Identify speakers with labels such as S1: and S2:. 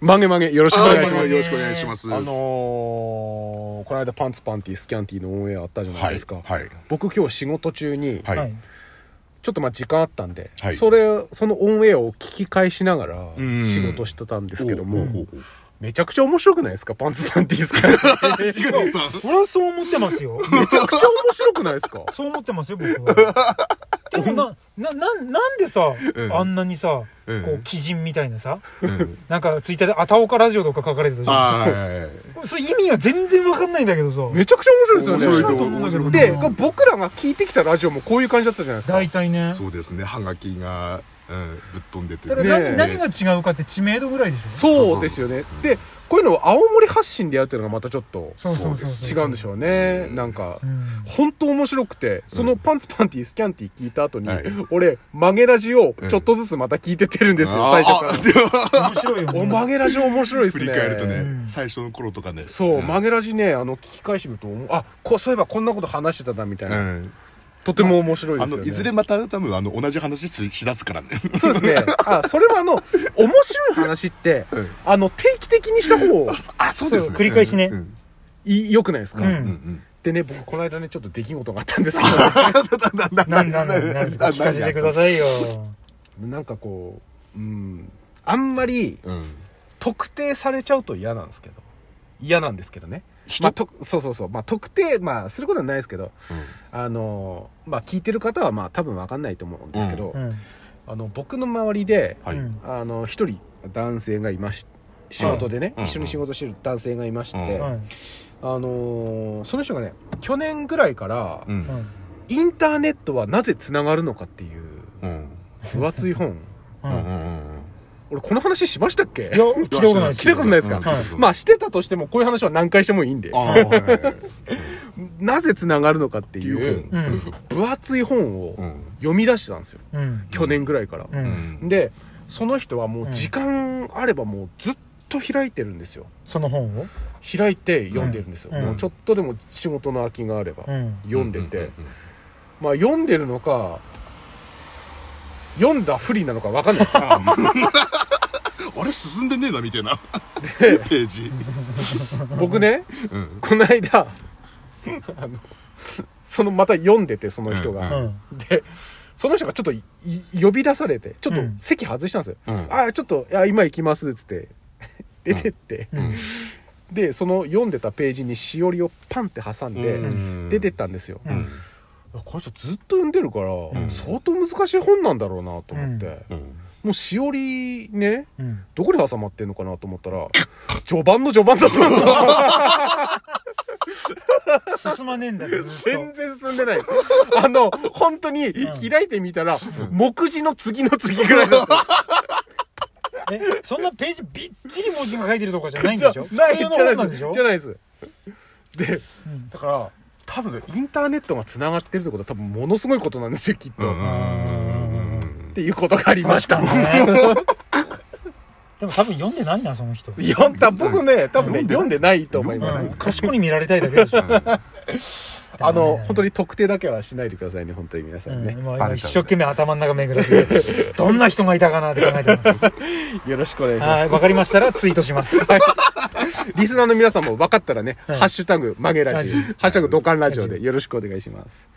S1: 曲げ曲げ、よろしくお
S2: あ
S1: 願いし
S2: ま
S1: ま
S2: あ
S1: す。
S2: よろしくお願いします。
S1: あのー、この間パンツパンティスキャンティのオンエアあったじゃないですか。
S2: はいはい
S1: 僕今日仕事中に、
S2: はい、
S3: はい。
S1: ちょっとまあ時間あったんで、
S2: はい
S1: それ、そのオンエアを聞き返しながら
S2: うん
S1: 仕事してたんですけども、
S2: おうおうおう
S1: めちゃくちゃ面白くないですかパンツパンティスキャンティ
S2: 違う違うさん
S3: 俺はそう思ってますよ。
S1: めちゃくちゃ面白くないですか
S3: そう思ってますよ、僕は。でもさ、な、な、なんでさ、
S2: うん
S3: あんなにさ、こう
S2: うん、
S3: 鬼人みたいなさ、
S2: うん
S3: なんかツイッターで、あたおかラジオとか書かれてたじゃ
S2: あーはいはいはい
S3: ん。それ意味が全然わかんないんだけどさ、
S1: めちゃくちゃ面白いですよね。
S2: 面白いと思う
S1: で
S3: 面白い、
S1: 僕らが聞いてきたラジオもこういう感じだったじゃないですか。
S3: 大体ね。
S2: そうですね、ハガキが、うん、ぶっ飛んでて
S3: ただ
S1: ねえ
S3: 何何が違うかって知名度ぐらいでしょ
S1: そうですよね。で、こういうのを青森発信でやるっていうのがまたちょっと
S2: そうです
S1: 違うんでしょうね。なんか
S3: う、ん
S1: 本当面白くて、そのパンツパンティスキャンティ聞いた後に
S2: はい、
S1: 俺、曲げラジをちょっとずつまた聞いてってるんですよ、
S2: あ
S1: 最
S2: ー
S1: 初から。
S3: 面白いよ
S1: お
S3: ね。
S1: 曲げラジ面白いです
S2: 振
S1: ね。
S2: り返るとね、
S3: うん
S2: 最初の頃とかね。
S1: そう、
S2: ん
S1: 曲げラジね、あの、聞き返してみると、あ、こう、そういえばこんなこと話してたな、みたいうな。
S2: ん
S1: とても面白いで
S2: あ
S1: すよ
S2: の、
S1: ね。
S2: いずれまた多分、あの、同じ話ししだすからね。
S1: そうですね。あ、それはあの、面白い話って、
S2: うん
S1: あの、定期的にした方が
S2: あ、そうですね。
S3: そう繰り返しね
S2: うん
S1: いい良くないですか、
S3: う
S2: うん
S3: ん。
S2: うん
S1: でね、僕、この間ね、ちょっと出来事があったんですけ
S3: 何何何何ですか
S2: な
S3: 聞かせてくださいよ。
S1: ど、なんかこう、うん、あんまり
S2: うんうん。
S1: 特定されちゃうと嫌なんですけど、嫌なんですけどね。
S2: 人
S1: まあ、とそうそうそう、まあ、特定、まあ、することはないですけど、
S2: うん
S1: あの、まあ、聞いてる方は、まあ、多分わかんないと思うんですけど、
S3: うん。
S1: あの、僕の周りで、
S2: はい。
S3: うん
S1: あの、一人、男性がいまし仕事でね、
S2: うん
S1: 一緒に仕事してる男性がいまして、
S2: うん
S3: はい
S1: あのーその人がね去年ぐらいから、
S2: う
S3: うん
S2: ん。
S1: インターネットはなぜつながるのかっていう
S2: うん。
S1: 分厚い本
S3: う
S2: うんうん
S3: ん
S2: うん
S1: 俺この話しましたっ
S3: い
S1: け
S3: や、聞いたことないです
S1: 聞いたことないですか
S3: はい
S1: まあしてたとしてもこういう話は何回してもいいんで
S2: ああー、はいはいはい
S1: なぜつながるのかっていう
S2: う
S3: うん。
S1: 分厚い本を
S2: うん。
S1: 読み出してたんですよ
S3: うん。
S1: 去年ぐらいから、
S3: う。
S2: うんん。
S1: でその人はもう時間あればもうずっと開いてるんですよ
S3: その本を
S1: 開いて読んでるんですよ、
S3: うん
S1: もうちょっとでも仕事の空きがあれば、
S3: うん。
S1: 読んでて、
S2: ううう
S1: まあ読んでるのか読んだ不利なのか分かん ないですよ
S2: うん。あれ、進んでねえな、みたいな。
S1: で
S2: ページ。
S1: 僕ね
S2: うん。
S1: この間 あのそのまた読んでてその人
S3: う
S1: が、
S3: ん。
S1: でその人がちょっとい呼び出されてちょっと
S3: うん
S1: 席外したんですよ、
S2: うん
S1: ああちょっといや今行きますっつって出てって、
S3: うん。
S1: でその読んでたページにしおりをパンって挟んで、
S2: うん
S1: 出てったんですよ、
S3: うん
S1: この人ずっと読んでるから、
S2: ん
S1: 相当難しい本なんだろうなと思って、
S2: うん。
S1: もうしおりね
S3: うん。
S1: どこに挟まってんのかなと思ったら、序盤の序盤だったんですよ。
S3: 進まねえんだ よ、ずっ
S1: 全然進んでない。あの、本当に
S3: うん
S1: 開いてみたら、目次の次の次ぐらいだった。
S3: と。え、そんなページびっちり文字が書いてるとかじゃないん
S1: じゃ
S3: でしょ
S1: ない、じゃ
S3: 普通の本
S1: な
S3: ないん
S1: で。
S3: ですしょ
S1: じゃないです。で、
S3: うん
S1: だから、多分インターネットが繋がってるってことは多分ものすごいことなんですよ、きっと。
S2: うんうん
S1: っていうことがありました。
S3: でも多分読んでないな、その人。
S1: 読んだ、僕ね、多分ね、読んでないと思いま
S3: う
S1: す
S3: ん。賢いに見られたいだけで しょ。
S1: あの、本当に特定だけはしないでくださいね、本当に皆さ
S3: うんん
S1: ね。
S3: まあ
S2: バ
S3: 今
S2: レちゃ
S3: 一
S2: うんだ
S3: 生懸命頭の中巡らせて、どんな人がいたかなって考えて ます。
S1: よろしくお願いします。
S3: はい、わかりましたらツイートします。
S1: リスナーの皆さんも分かったらね、ハッシュタグ、曲げラジオ、
S3: ラジオ
S1: ハッシュタグ、ドカンラジオでよろしくお願いします。